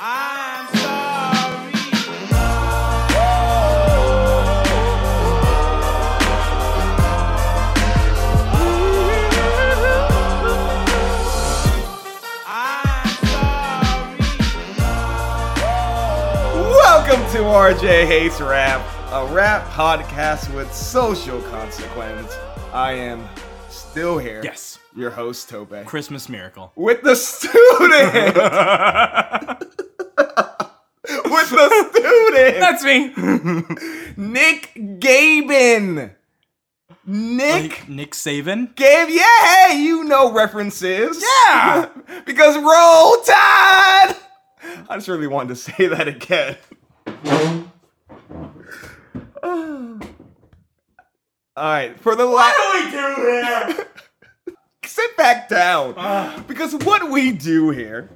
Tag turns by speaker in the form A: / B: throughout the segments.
A: I'm sorry. Welcome to RJ Hates Rap, a rap podcast with social consequence. I am still here.
B: Yes.
A: Your host, Tope.
B: Christmas miracle.
A: With the student! with the student!
B: That's me.
A: Nick
B: Oh,
A: Gaben. Nick
B: Nick, Nick Saban.
A: Gabe, yeah, hey, you know references.
B: Yeah.
A: because roll tide. I just really wanted to say that again. All right, for the last,
B: we do here? Ah.
A: sit back down. Because what we do here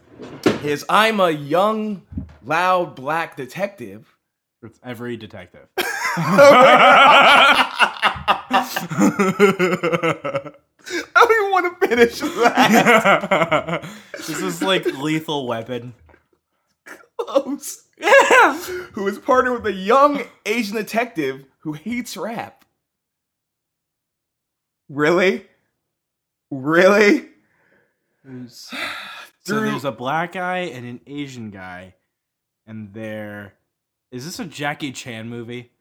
A: is I'm a young, loud black detective
B: It's every detective.
A: I don't even want to finish that
B: this is like lethal weapon.
A: close. Who is partnered with a young Asian detective who hates rap. Really? Really?
B: There's- So
A: Drew-
B: there's a black guy and an Asian guy, and there. Is this a Jackie Chan movie?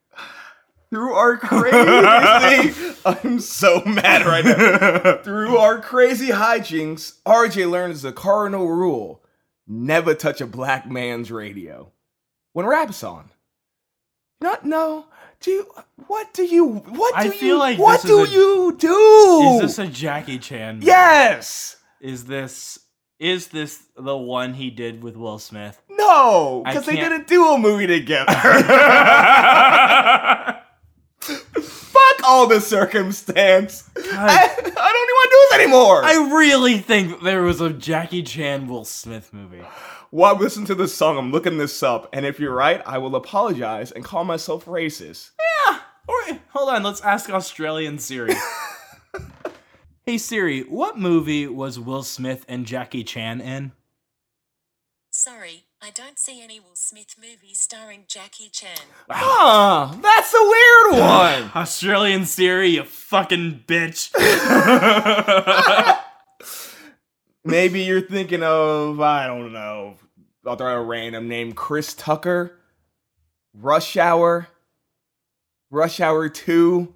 A: Through our crazy. I'm so mad right now. Through our crazy hijinks, RJ learns the cardinal rule never touch a black man's radio. When rap's on. Not no. Do you, what do you what do
B: I
A: you
B: feel like
A: what
B: this
A: do
B: is a-
A: you do?
B: Is this a Jackie Chan? Movie?
A: Yes.
B: Is this is this the one he did with Will Smith?
A: No,
B: I
A: because they
B: can't-
A: didn't do a movie together. Fuck all the circumstance. I, I don't even want to do this anymore. I,
B: I really think there was a Jackie Chan Will Smith movie.
A: while I listen to this song, I'm looking this up, and if you're right, I will apologize and call myself racist.
B: All right, hold on. Let's ask Australian Siri. hey Siri, what movie was Will Smith and Jackie Chan in?
C: Sorry, I don't see any Will Smith movies starring Jackie Chan.
A: Huh, Ah, that's a weird one.
B: Australian Siri, you fucking bitch.
A: Maybe you're thinking of, I don't know, I'll throw out a random name Chris Tucker, Rush Hour, Rush Hour 2,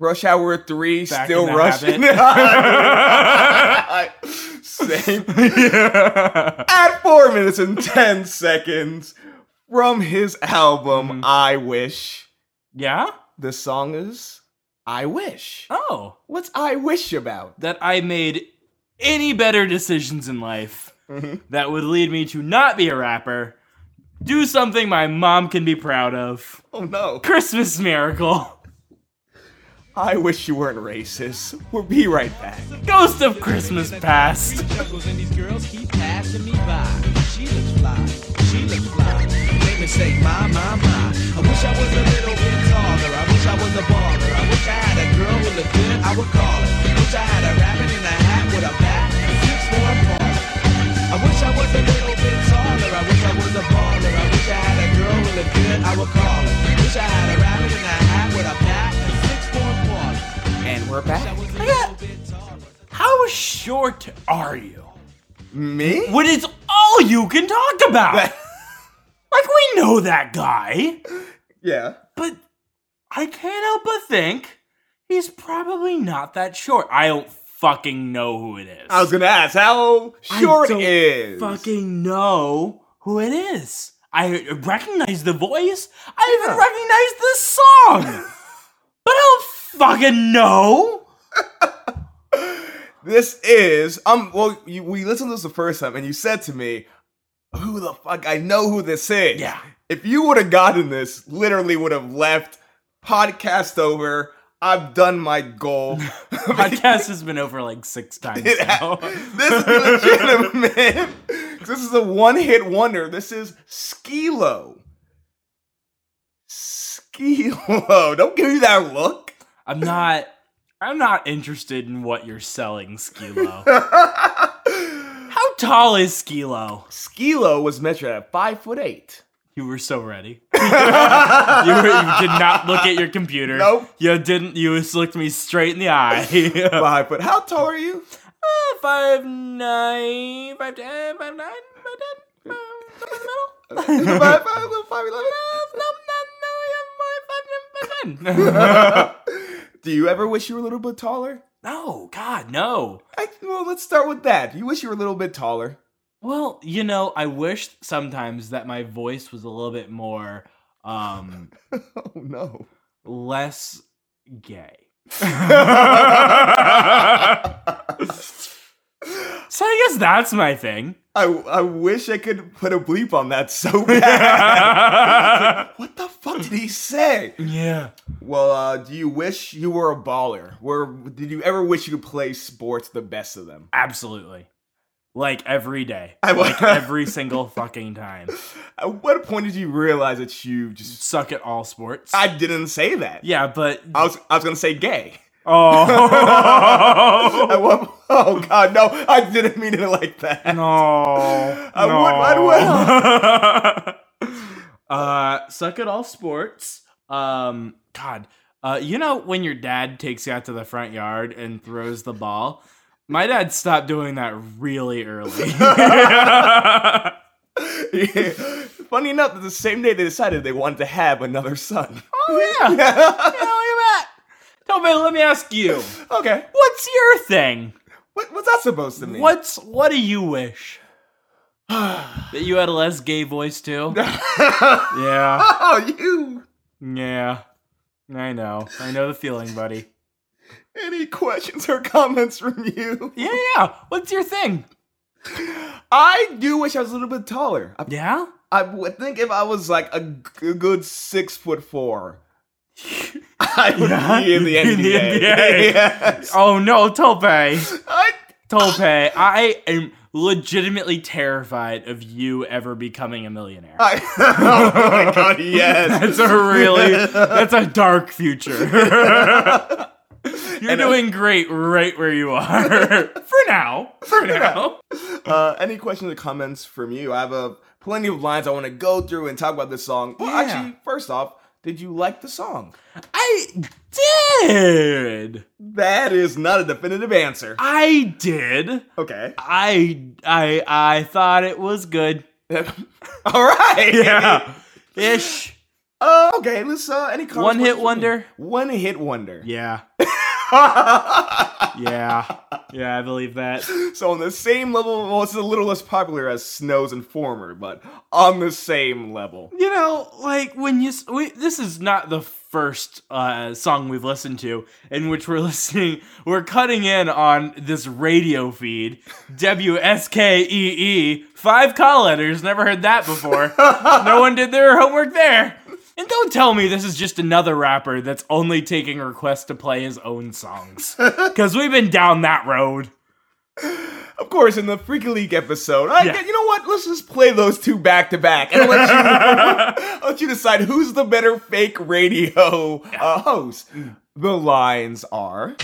A: Rush Hour 3,
B: Back
A: still
B: in the
A: rushing. Same. At 4 minutes and 10 seconds from his album,
B: Mm-hmm.
A: I Wish.
B: yeah?
A: The song is I Wish.
B: Oh,
A: What's I Wish about?
B: that I made any better decisions in life that would lead me to not be a rapper, do something my mom can be proud of.
A: Oh no.
B: Christmas miracle.
A: I wish you weren't racist. We'll be right back.
B: Ghost of Christmas past.
D: Chuckles and these girls keep passing me by. She looks fly, she looks fly. Make me say, my, my, my. I wish I was a little bit taller. I wish I was a baller. I wish I had a girl who looked good. I would call her. Wish I had a rabbit in a hat with a bat and six more balls. I wish I was a little bit taller. I wish I was a baller. I wish I had a girl who looked good. I would call her. Wish I had a rabbit in a hat with a bat and six more balls.
A: And we're back.
D: Was a little bit taller.
B: How short are you?
A: Me?
B: When it's all you can talk about. like we know that guy,
A: Yeah.
B: but I can't help but think he's probably not that short. I don't fucking know who it is.
A: I was gonna ask how
B: I
A: short
B: don't
A: is.
B: Fucking know who it is. I recognize the voice. I even recognize the song. but I don't fucking know.
A: This is um. Well, you, we listened to this the first time, and you said to me, "Who the fuck? I know who this is."
B: Yeah.
A: If you would have gotten this, literally would have left podcast over. I've done my goal.
B: Podcast has been over like six times now.
A: this is legitimate, man. 'Cause This is a one-hit wonder. This is Skilo. Skilo. Don't give me that look.
B: I'm not. I'm not interested in what you're selling, Skilo. How tall is Skilo?
A: Skilo was measured at five foot eight.
B: You were so ready. you, were, you did not look at your computer.
A: Nope.
B: You didn't. You just looked me straight in the eye.
A: Five foot. How tall are you?
B: Uh, five nine, five ten, five nine, five ten. uh, somewhere in the middle.
A: Five, five, five, eleven.
B: No, no, no, I'm only five, five, five, ten.
A: Do you ever wish you were a little bit taller?
B: No, God, no.
A: I, well, let's start with that. You wish you were a little bit taller.
B: Well, you know, I wish sometimes that my voice was a little bit more, um,
A: Oh no.
B: less gay. So I guess that's my thing.
A: I, I wish I could put a bleep on that so bad. It's like, what the fuck did he say?
B: Yeah.
A: Well, uh, do you wish you were a baller? Where did you ever wish you could play sports the best of them?
B: Absolutely. Like every day.
A: I wa-
B: like every single fucking time.
A: At what point did you realize that you just?
B: Suck at all sports.
A: I didn't say that.
B: yeah, but
A: I was I was gonna say gay.
B: oh
A: At what- oh God, no! I didn't mean it like that.
B: no.
A: I would- I
B: uh, suck at all sports. Um, God, uh, you know when your dad takes you out to the front yard and throws the ball. My dad stopped doing that really early. Oh,
A: Funny enough, the same day they decided they wanted to have another son.
B: Oh yeah. yeah, look at that. Toby, let me ask you.
A: Okay,
B: What's your thing?
A: what, what's that supposed to mean?
B: What's what do you wish? that you had a less gay voice too? yeah.
A: Oh, you.
B: Yeah. I know. I know the feeling, buddy.
A: Any questions or comments from you?
B: Yeah, yeah. What's your thing?
A: I do wish I was a little bit taller. I,
B: Yeah?
A: I would think if I was like a, g- a good six foot four, I would be in the
B: In the
A: NBA.
B: NBA.
A: Yes.
B: Oh no, Tope.
A: I,
B: Tope, I am legitimately terrified of you ever becoming a millionaire.
A: I, oh my god, yes.
B: That's a really that's a dark future. You're doing great right where you are. For now. For now.
A: Uh, any questions or comments from you? I have a plenty of lines I want to go through and talk about this song. Well,
B: Yeah.
A: actually, first off, did you like the song?
B: I did.
A: That is not a definitive answer.
B: I did.
A: Okay.
B: I I I thought it was good.
A: All right.
B: Ish.
A: Uh, okay. Let's. Uh, any comments?
B: One hit
A: questions?
B: wonder.
A: One hit wonder.
B: Yeah. yeah. Yeah, I believe that.
A: So on the same level, well, it's a little less popular as Snow's Informer, but on the same level.
B: You know, like when you s- we, this is not the first uh, song we've listened to in which we're listening. We're cutting in on this radio feed, W S K E E, five call letters. Never heard that before. no one did their homework there. And don't tell me this is just another rapper that's only taking requests to play his own songs, because we've been down that road.
A: Of course, in the Freaky Leak episode, I,
B: Yeah.
A: you know what? Let's just play those two back to back and let you, I'll let you decide who's the better fake radio uh, host. The lines are.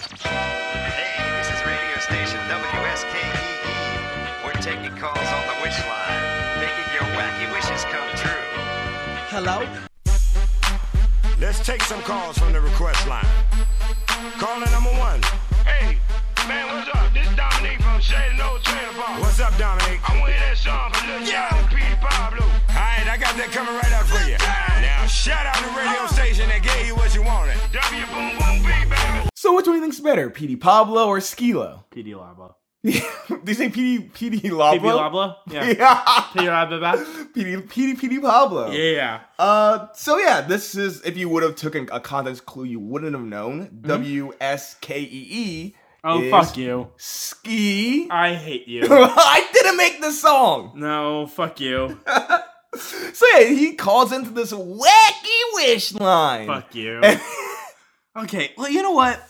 E: Hey, this is radio station WSKEE. E We're taking calls on the wish line, making your wacky wishes come true.
D: Hello?
F: Let's take some calls from the request line. Caller number one.
G: Hey, man, what's up? This Dominique from Shady No Trailer Park.
F: What's up, Dominic?
G: I want to hear that song from Lil
F: Yeah.
G: Jon and P. Pablo.
F: All right, I got that coming right up for you. Now, shout out the radio station that gave you what you wanted.
G: W Boom Boom B, baby.
A: So which one do you think's better, PD Pablo or Skilo?
B: PD Lava.
A: Did you say PD PD Lava?
B: PD Lava. Yeah.
A: Yeah.
B: PD Lava.
A: PD PD PD Pablo.
B: Yeah.
A: Uh, so yeah, this is if you would have taken a context clue, you wouldn't have known. W S K E E.
B: Oh
A: is
B: fuck you.
A: Ski.
B: I hate you.
A: I didn't make this song.
B: no, fuck you.
A: So yeah, he calls into this wacky wish line.
B: Fuck you. okay, well, you know what?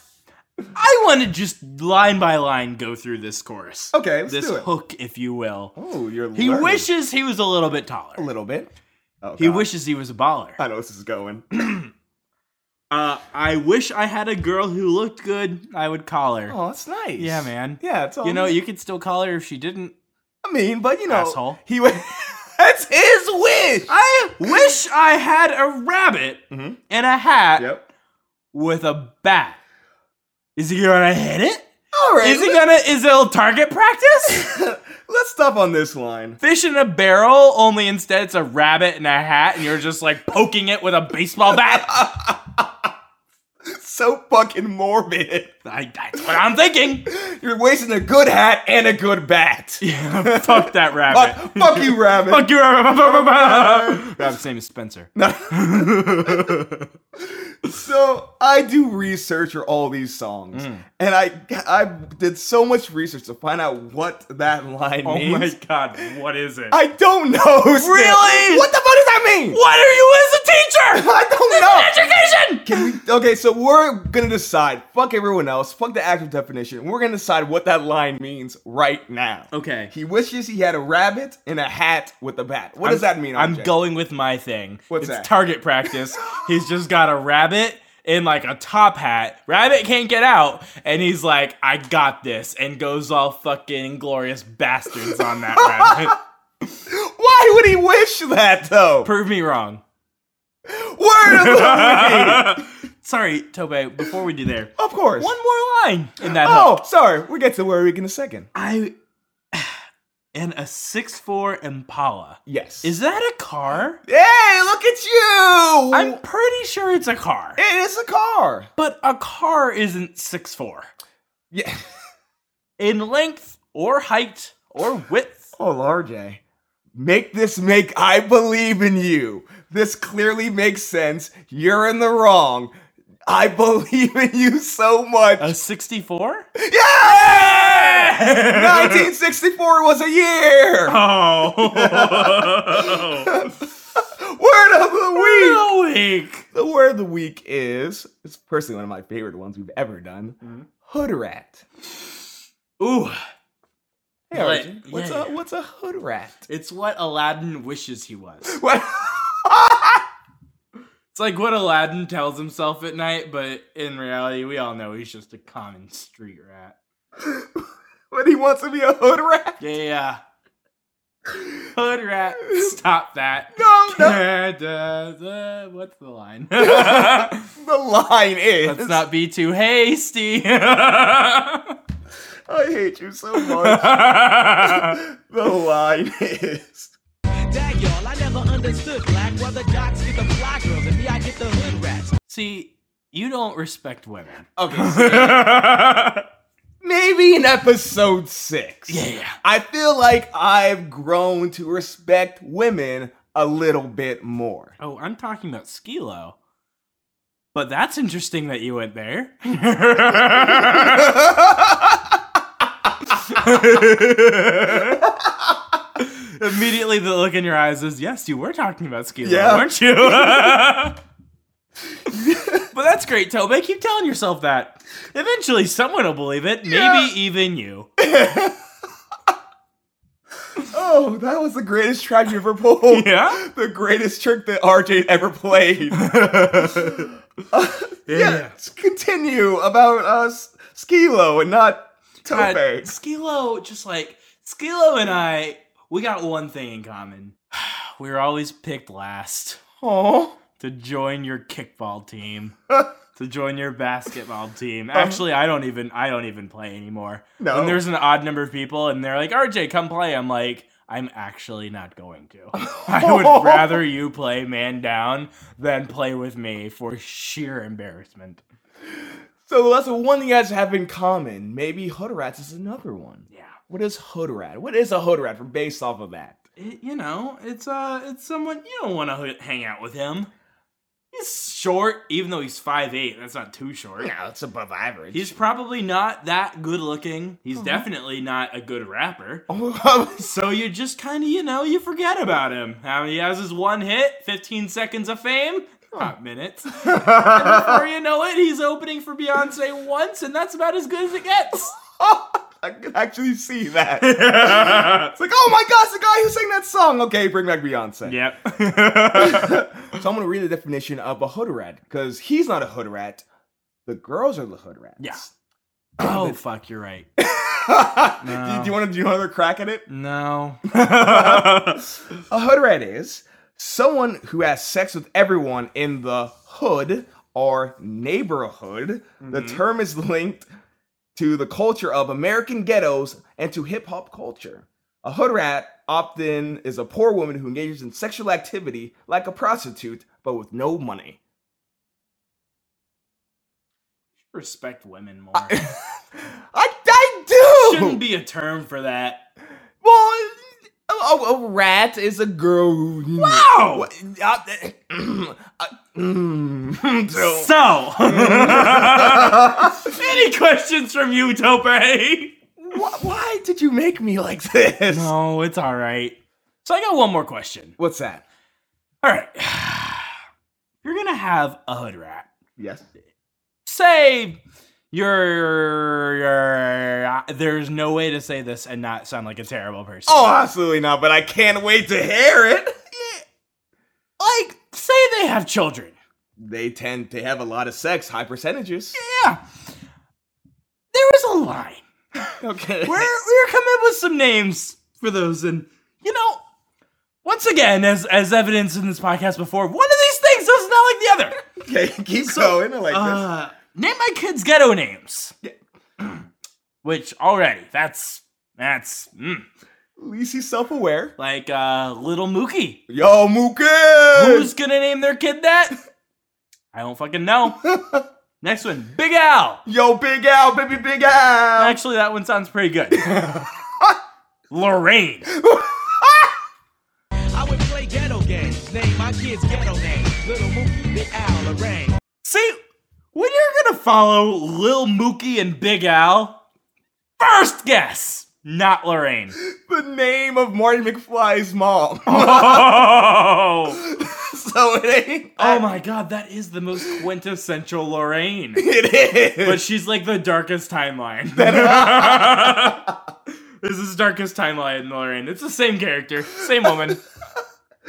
B: I want to just line by line go through this chorus.
A: Okay, let's
B: this
A: do it.
B: hook, if you will.
A: Oh, you're
B: he
A: learning
B: wishes he was a little bit taller.
A: a little bit. Oh,
B: He
A: God.
B: wishes he was a baller.
A: I know this is going.
B: Uh, I wish I had a girl who looked good. I would call her.
A: Oh, that's nice.
B: Yeah, man.
A: Yeah, it's all
B: You know, you could still call her if she didn't.
A: I mean, but you know,
B: Asshole.
A: He went. that's his wish.
B: I wish I had a rabbit
A: Mhm.
B: in a hat
A: Yep.
B: with a bat. Is he gonna hit it?
A: All right.
B: Is he
A: let's-
B: gonna? Is it target practice?
A: Let's stop on this line.
B: Fish in a barrel, only instead it's a rabbit in a hat, and you're just like poking it with a baseball bat.
A: So fucking morbid.
B: I, that's what I'm thinking.
A: You're wasting a good hat and a good bat.
B: Yeah, fuck that rabbit.
A: Fuck, fuck you, rabbit.
B: Fuck you, rabbit. Rabbit's name is Spencer.
A: So I do research for all these songs,
B: Mm.
A: and I I did so much research to find out what that line
B: Oh
A: means.
B: my god, what is it?
A: I don't know. Stan.
B: Really?
A: What the fuck does that mean?
B: what are you as a teacher?
A: I don't know.
B: Education.
A: Can we, okay, so we're gonna decide. Fuck everyone else. Fuck the actual definition. We're gonna decide what that line means right now.
B: Okay.
A: He wishes he had a rabbit in a hat with a bat. What does
B: I'm-
A: that mean?
B: I'm
A: RJ?
B: going with my thing.
A: What's
B: it's
A: that?
B: target practice. he's just got a rabbit in like a top hat. Rabbit can't get out, and he's like, "I got this," and goes all fucking glorious bastards on that rabbit.
A: Why would he wish that though?
B: Prove me wrong.
A: Word of the week.
B: Sorry, Tobe. Before we do there,
A: Of course.
B: one more line in that. hook.
A: Oh, sorry. We get to word of the week in a second.
B: I and a six four Impala.
A: Yes.
B: Is that a car?
A: Hey, look at you.
B: I'm pretty sure it's a car.
A: It is a car.
B: But a car isn't six four
A: Yeah.
B: in length or height or width.
A: Oh, RJ. Make this make I believe in you. This clearly makes sense. You're in the wrong. I believe in you so much.
B: A sixty four?
A: yeah! 1964 was a year.
B: Oh,
A: Word of the week.
B: no week.
A: The word of the week is it's personally one of my favorite ones we've ever done.
B: Mm-hmm.
A: Hood rat.
B: Ooh,
A: Hey,
B: Like,
A: RJ, what's
B: yeah,
A: a
B: yeah.
A: what's a hood rat?
B: it's what Aladdin wishes he was.
A: What?
B: It's like what Aladdin tells himself at night, but in reality, we all know he's just a common street rat.
A: when he wants to be a hood rat?
B: Yeah, yeah. Hood rat, stop that.
A: No, no.
B: What's the line? Let's
A: the line is
B: not be too hasty.
A: I hate you so much. the line is
D: Dag y'all, I never understood black. Why the dots get the fly girls and me, I get the hood rats.
B: See, you don't respect women.
A: maybe in episode six.
B: yeah.
A: I feel like I've grown to respect women a little bit more.
B: Oh, I'm talking about Skilo. But that's interesting that you went there. Immediately, the look in your eyes is yes, you were talking about Skilo,
A: Yeah.
B: weren't you? but that's great, Toby. Keep telling yourself that. Eventually, someone will believe it. Maybe even you.
A: Oh, that was the greatest track you ever pulled.
B: Yeah?
A: The greatest trick that RJ ever played. Uh, yeah, let's continue about us Skilo and not
B: God,
A: Tope.
B: Skilo, just like Skilo and I, we got one thing in common. We were always picked last
A: Aw.
B: to join your kickball team, to join your basketball team. Actually, I don't even I don't even play anymore.
A: No.
B: When there's an odd number of people and they're like, "RJ, come play." I'm like, "I'm actually not going to. I would rather you play man down than play with me for sheer embarrassment."
A: So that's the one thing you guys have in common. Maybe hood rats is another one.
B: Yeah.
A: What is hood rat? What is a hood rat from based off of that?
B: it, you know, it's uh, it's someone you don't want to hang out with him. He's short, even though he's five eight. That's not too short.
A: No, it's above average.
B: He's probably not that good looking. He's definitely not a good rapper.
A: Oh.
B: So you just kind of, you know, you forget about him. How he has his one hit, 15 seconds of fame. hot minute. and before you know it, he's opening for Beyonce once, and that's about as good as it gets.
A: I could actually see that. it's like, oh my gosh, the guy who sang that song. Okay, bring back Beyonce.
B: Yep.
A: So I'm gonna read the definition of a hood rat because he's not a hood rat. The girls are the hood rats.
B: Yeah. Oh fuck, you're right.
A: Do, you- do you want to do another crack at it?
B: No.
A: A hood rat is someone who has sex with everyone in the hood or neighborhood. The
B: Mm-hmm.
A: term is linked to the culture of American ghettos and to hip hop culture. A hood rat often is a poor woman who engages in sexual activity like a prostitute but with no money.
B: Respect women more.
A: I, I do.
B: Shouldn't be a term for that.
A: Well, a, a- a rat is a girl. who-
B: Wow!
A: What- uh, uh, mm, so-
B: So, any questions from you, Tope?
A: Wh- why did you make me like this?
B: No, it's all right. So I got one more question.
A: What's that?
B: All right, you're gonna have a hood rat.
A: Yes.
B: Say you're, you're uh, there's no way to say this and not sound like a terrible person.
A: Oh, absolutely not. But I can't wait to hear it. Yeah.
B: like say they have children.
A: They tend to have a lot of sex, high percentages.
B: Yeah, there was a line.
A: Okay.
B: we're we're coming up with some names for those, and you know, once again, as as evidence in this podcast before, one of these things does not like the other.
A: Okay, keep going. I like this.
B: Uh, name my kids ghetto names. Which already, that's that's
A: At
B: mm,
A: least he's self-aware.
B: like uh, little Mookie.
A: Yo, Mookie.
B: Who's gonna name their kid that? I don't fucking know. Next one, Big Al.
A: Yo, Big Al, baby, Big Al.
B: Actually, that one sounds pretty good. Lorraine.
D: I would play ghetto games. Name my kids ghetto names. Little Mookie, Big Al, Lorraine.
B: See, when you're gonna follow Lil Mookie and Big Al, first guess, not Lorraine.
A: the name of Marty McFly's mom.
B: Oh,
A: so it ain't.
B: oh my god, that is the most quintessential Lorraine.
A: It is.
B: But she's like the darkest timeline. this is darkest timeline Lorraine. It's the same character, same woman.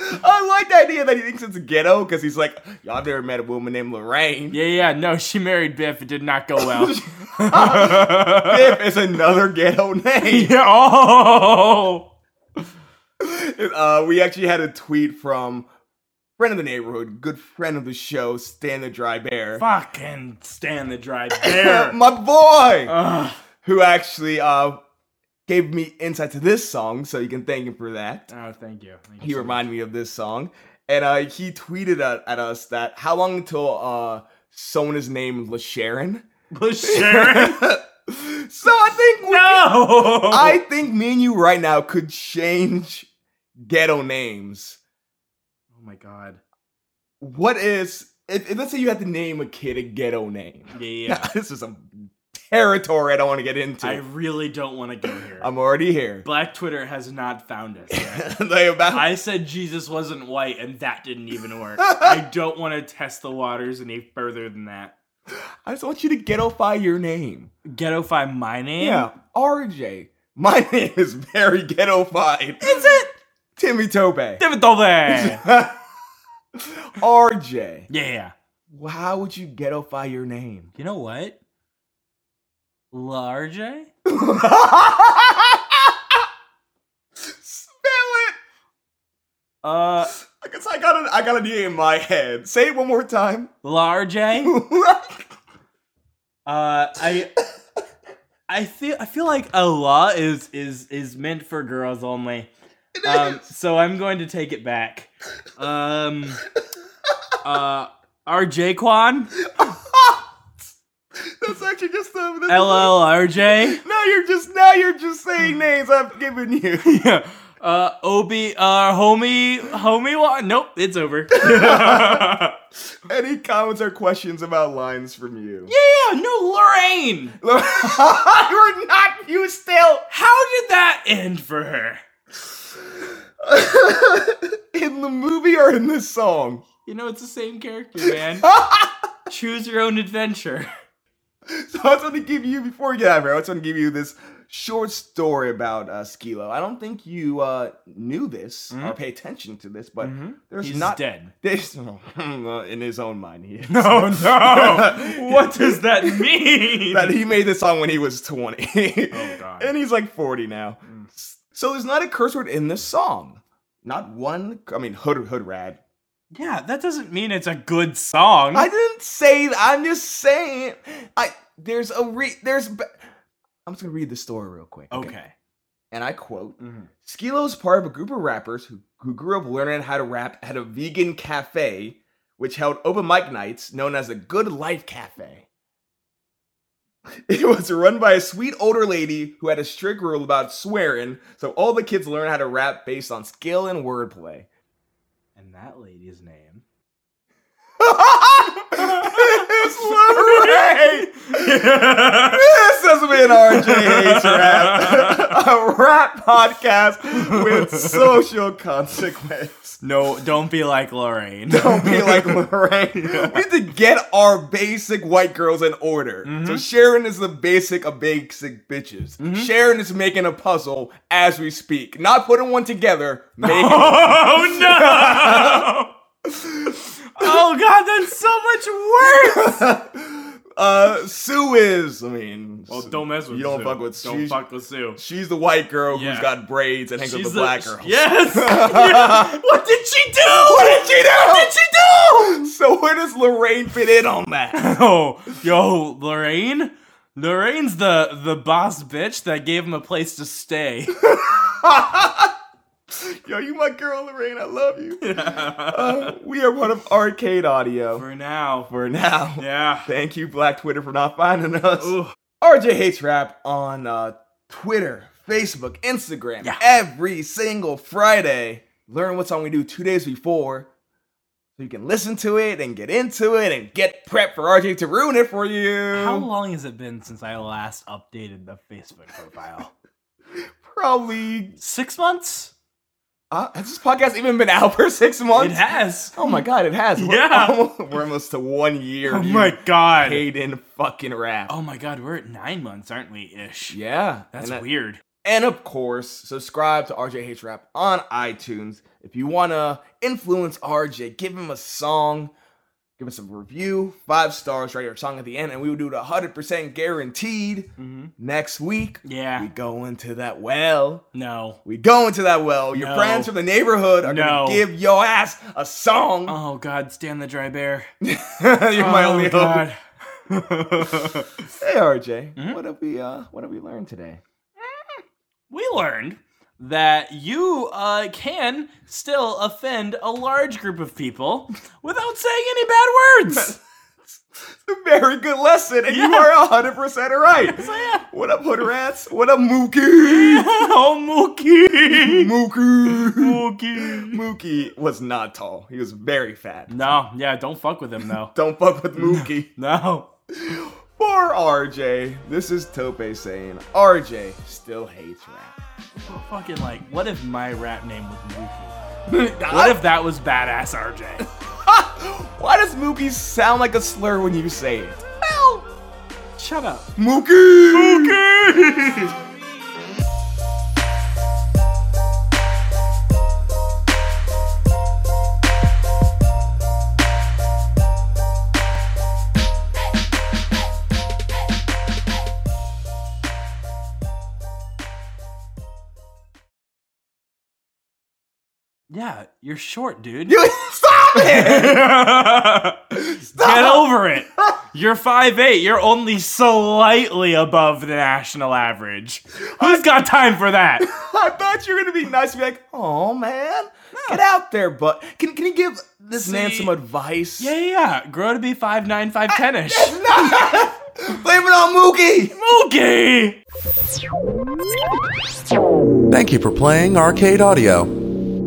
A: I like the idea that he thinks it's ghetto because he's like, y'all have never met a woman named Lorraine.
B: Yeah, yeah, no, she married Biff. It did not go well.
A: Biff is another ghetto name.
B: yeah, oh.
A: Uh, we actually had a tweet from friend of the neighborhood, good friend of the show, Stan the Dry Bear. Uh,
B: Fucking stand the dry bear.
A: My boy,
B: Ugh.
A: who actually uh, gave me insight to this song, so you can thank him for that.
B: Oh, thank you. Thank you
A: he
B: so
A: reminded me of this song, and uh, he tweeted at, at us that how long until uh, someone is named LaSharon?
B: much. Sharon.
A: So I think we,
B: no.
A: I think me and you right now could change ghetto names.
B: Oh my god.
A: What is if, if- let's say you had to name a kid a ghetto name?
B: Yeah, yeah.
A: this is a territory I don't want to get into.
B: I really don't want to go here.
A: I'm already here.
B: Black Twitter has not found us. yet.
A: They about-
B: I said Jesus wasn't white, and that didn't even work. I don't want to test the waters any further than that.
A: I just want you to ghettoify your name.
B: Ghettoify my name.
A: Yeah, RJ. My name is very ghettofied.
B: Is it?
A: Timmy Tope.
B: David Dolby.
A: RJ.
B: yeah.
A: How would you ghettoify your name?
B: You know what? Large.
A: Spell it.
B: Uh,
A: I guess I got an I got an idea in my head. Say it one more time.
B: large. Uh,
A: okay.
B: I. I feel I feel like Allah is is is meant for girls only. Um, so I'm going to take it back. Um, uh, RJ Quan,
A: That's actually just the that's-
B: LLRJ,
A: Now you're just now you're just saying names I've given you.
B: yeah. uh, Obi, uh, homie, homie, Wan. Nope, it's over.
A: Any comments or questions about lines from you?
B: yeah, no, Lorraine.
A: You're not you still.
B: How did that end for her?
A: in the movie or in this song?
B: You know, it's the same character, man. Choose your own adventure.
A: So I was going to give you before we get out of here. I was going to give you this short story about uh, Skilo. I don't think you uh, knew this or pay attention to this, but there's
B: Mm-hmm. He's
A: not
B: dead.
A: There's, in his own mind, he is.
B: Oh no! what does that mean?
A: that he made this song when he was 20.
B: Oh, God. Mm.
A: And he's like 40 now. So there's not a curse word in this song. Not one. I mean, hood hood rad.
B: yeah, that doesn't mean it's a good song.
A: I didn't say. that. I'm just saying. I there's a re there's. ba- I'm just gonna read the story real quick.
B: okay.
A: And I quote:
B: Mm-hmm.
A: Skilo is part of a group of rappers who, who grew up learning how to rap at a vegan cafe, which held open mic nights known as the Good Life Cafe. It was run by a sweet older lady who had a strict rule about swearing, so all the kids learned how to rap based on skill and wordplay.
B: And that lady's name.
A: it's Lorraine! This has been RJH Rap, a rap podcast with social consequence.
B: No, don't be like Lorraine.
A: Don't be like Lorraine. We need to get our basic white girls in order.
B: Mm-hmm.
A: So Sharon is the basic of basic bitches. Sharon is making a puzzle as we speak, not putting one together. Making
B: Oh no! oh god, that's so much worse.
A: uh, Sue is. I mean,
B: Well, Oh, don't mess with.
A: you don't
B: Sue.
A: fuck with.
B: Don't
A: she's-
B: fuck with Sue.
A: She's the white girl who's
B: Yeah.
A: got braids and hangs with the black girl.
B: Yes. Yeah. What did she do? What did she do? What did she do?
A: So where does Lorraine fit in on that?
B: Oh, yo, Lorraine. Lorraine's the the boss bitch that gave him a place to stay.
A: Yo, you my girl, Lorraine. I love you. Uh, we are part of Arcade Audio
B: For now.
A: for now.
B: yeah.
A: Thank you, Black Twitter, for not finding us.
B: Ooh.
A: RJ hates rap on uh, Twitter, Facebook, Instagram
B: Yeah.
A: every single Friday. Learn what song we do two days before, so you can listen to it and get into it and get prepped for RJ to ruin it for you.
B: How long has it been since I last updated the Facebook profile?
A: Probably.
B: Six months?
A: Uh, has this podcast even been out for six months?
B: It has.
A: Oh my god, it has. We're
B: Yeah.
A: almost, we're almost to one year.
B: Oh
A: you
B: my god.
A: Hayden fucking rap.
B: Oh my god, we're at nine months, aren't we? Ish.
A: yeah,
B: That's
A: and that-
B: weird.
A: And of course, subscribe to RJH Rap on iTunes. If you wanna influence RJ, give him a song, give us a review, five stars, write your song at the end, and we will do it hundred percent guaranteed. Next week,
B: Mm-hmm. Yeah.
A: we go into that well.
B: No.
A: We go into that well. Your
B: No.
A: friends from the neighborhood are
B: No.
A: gonna give your ass a song.
B: Oh god, stand the dry bear.
A: You're my
B: oh
A: only hope.
B: god.
A: Hey RJ, what have we uh what have we learned today?
B: We learned that you uh, can still offend a large group of people without saying any bad words.
A: A very good lesson, and you
B: Yeah.
A: are hundred percent right.
B: am.
A: What up, hood rats? What up, Mookie?
B: oh, Mookie.
A: Mookie.
B: Mookie.
A: Mookie was not tall. He was very fat.
B: No, yeah, don't fuck with him though.
A: Don't fuck with Mookie.
B: No.
A: For RJ, this is Tope saying RJ still hates rap.
B: Well, fucking like, what if my rap name was Mookie? What if that was badass RJ?
A: Why does Mookie sound like a slur when you say it?
B: Shut up.
A: Mookie. Mookie.
B: Yeah, you're short, dude.
A: You stop it.
B: Get over it. You're 5'8. You're only slightly above the national average. Who's got time for that?
A: I thought you were gonna be nice and be like, oh man, get out there, but can can you give this man
B: See-
A: some advice?
B: Yeah, yeah, yeah. Grow to be 5'9, 5'10 ish.
A: Blame it on Mookie.
B: Mookie!
H: Thank you for playing Arcade Audio.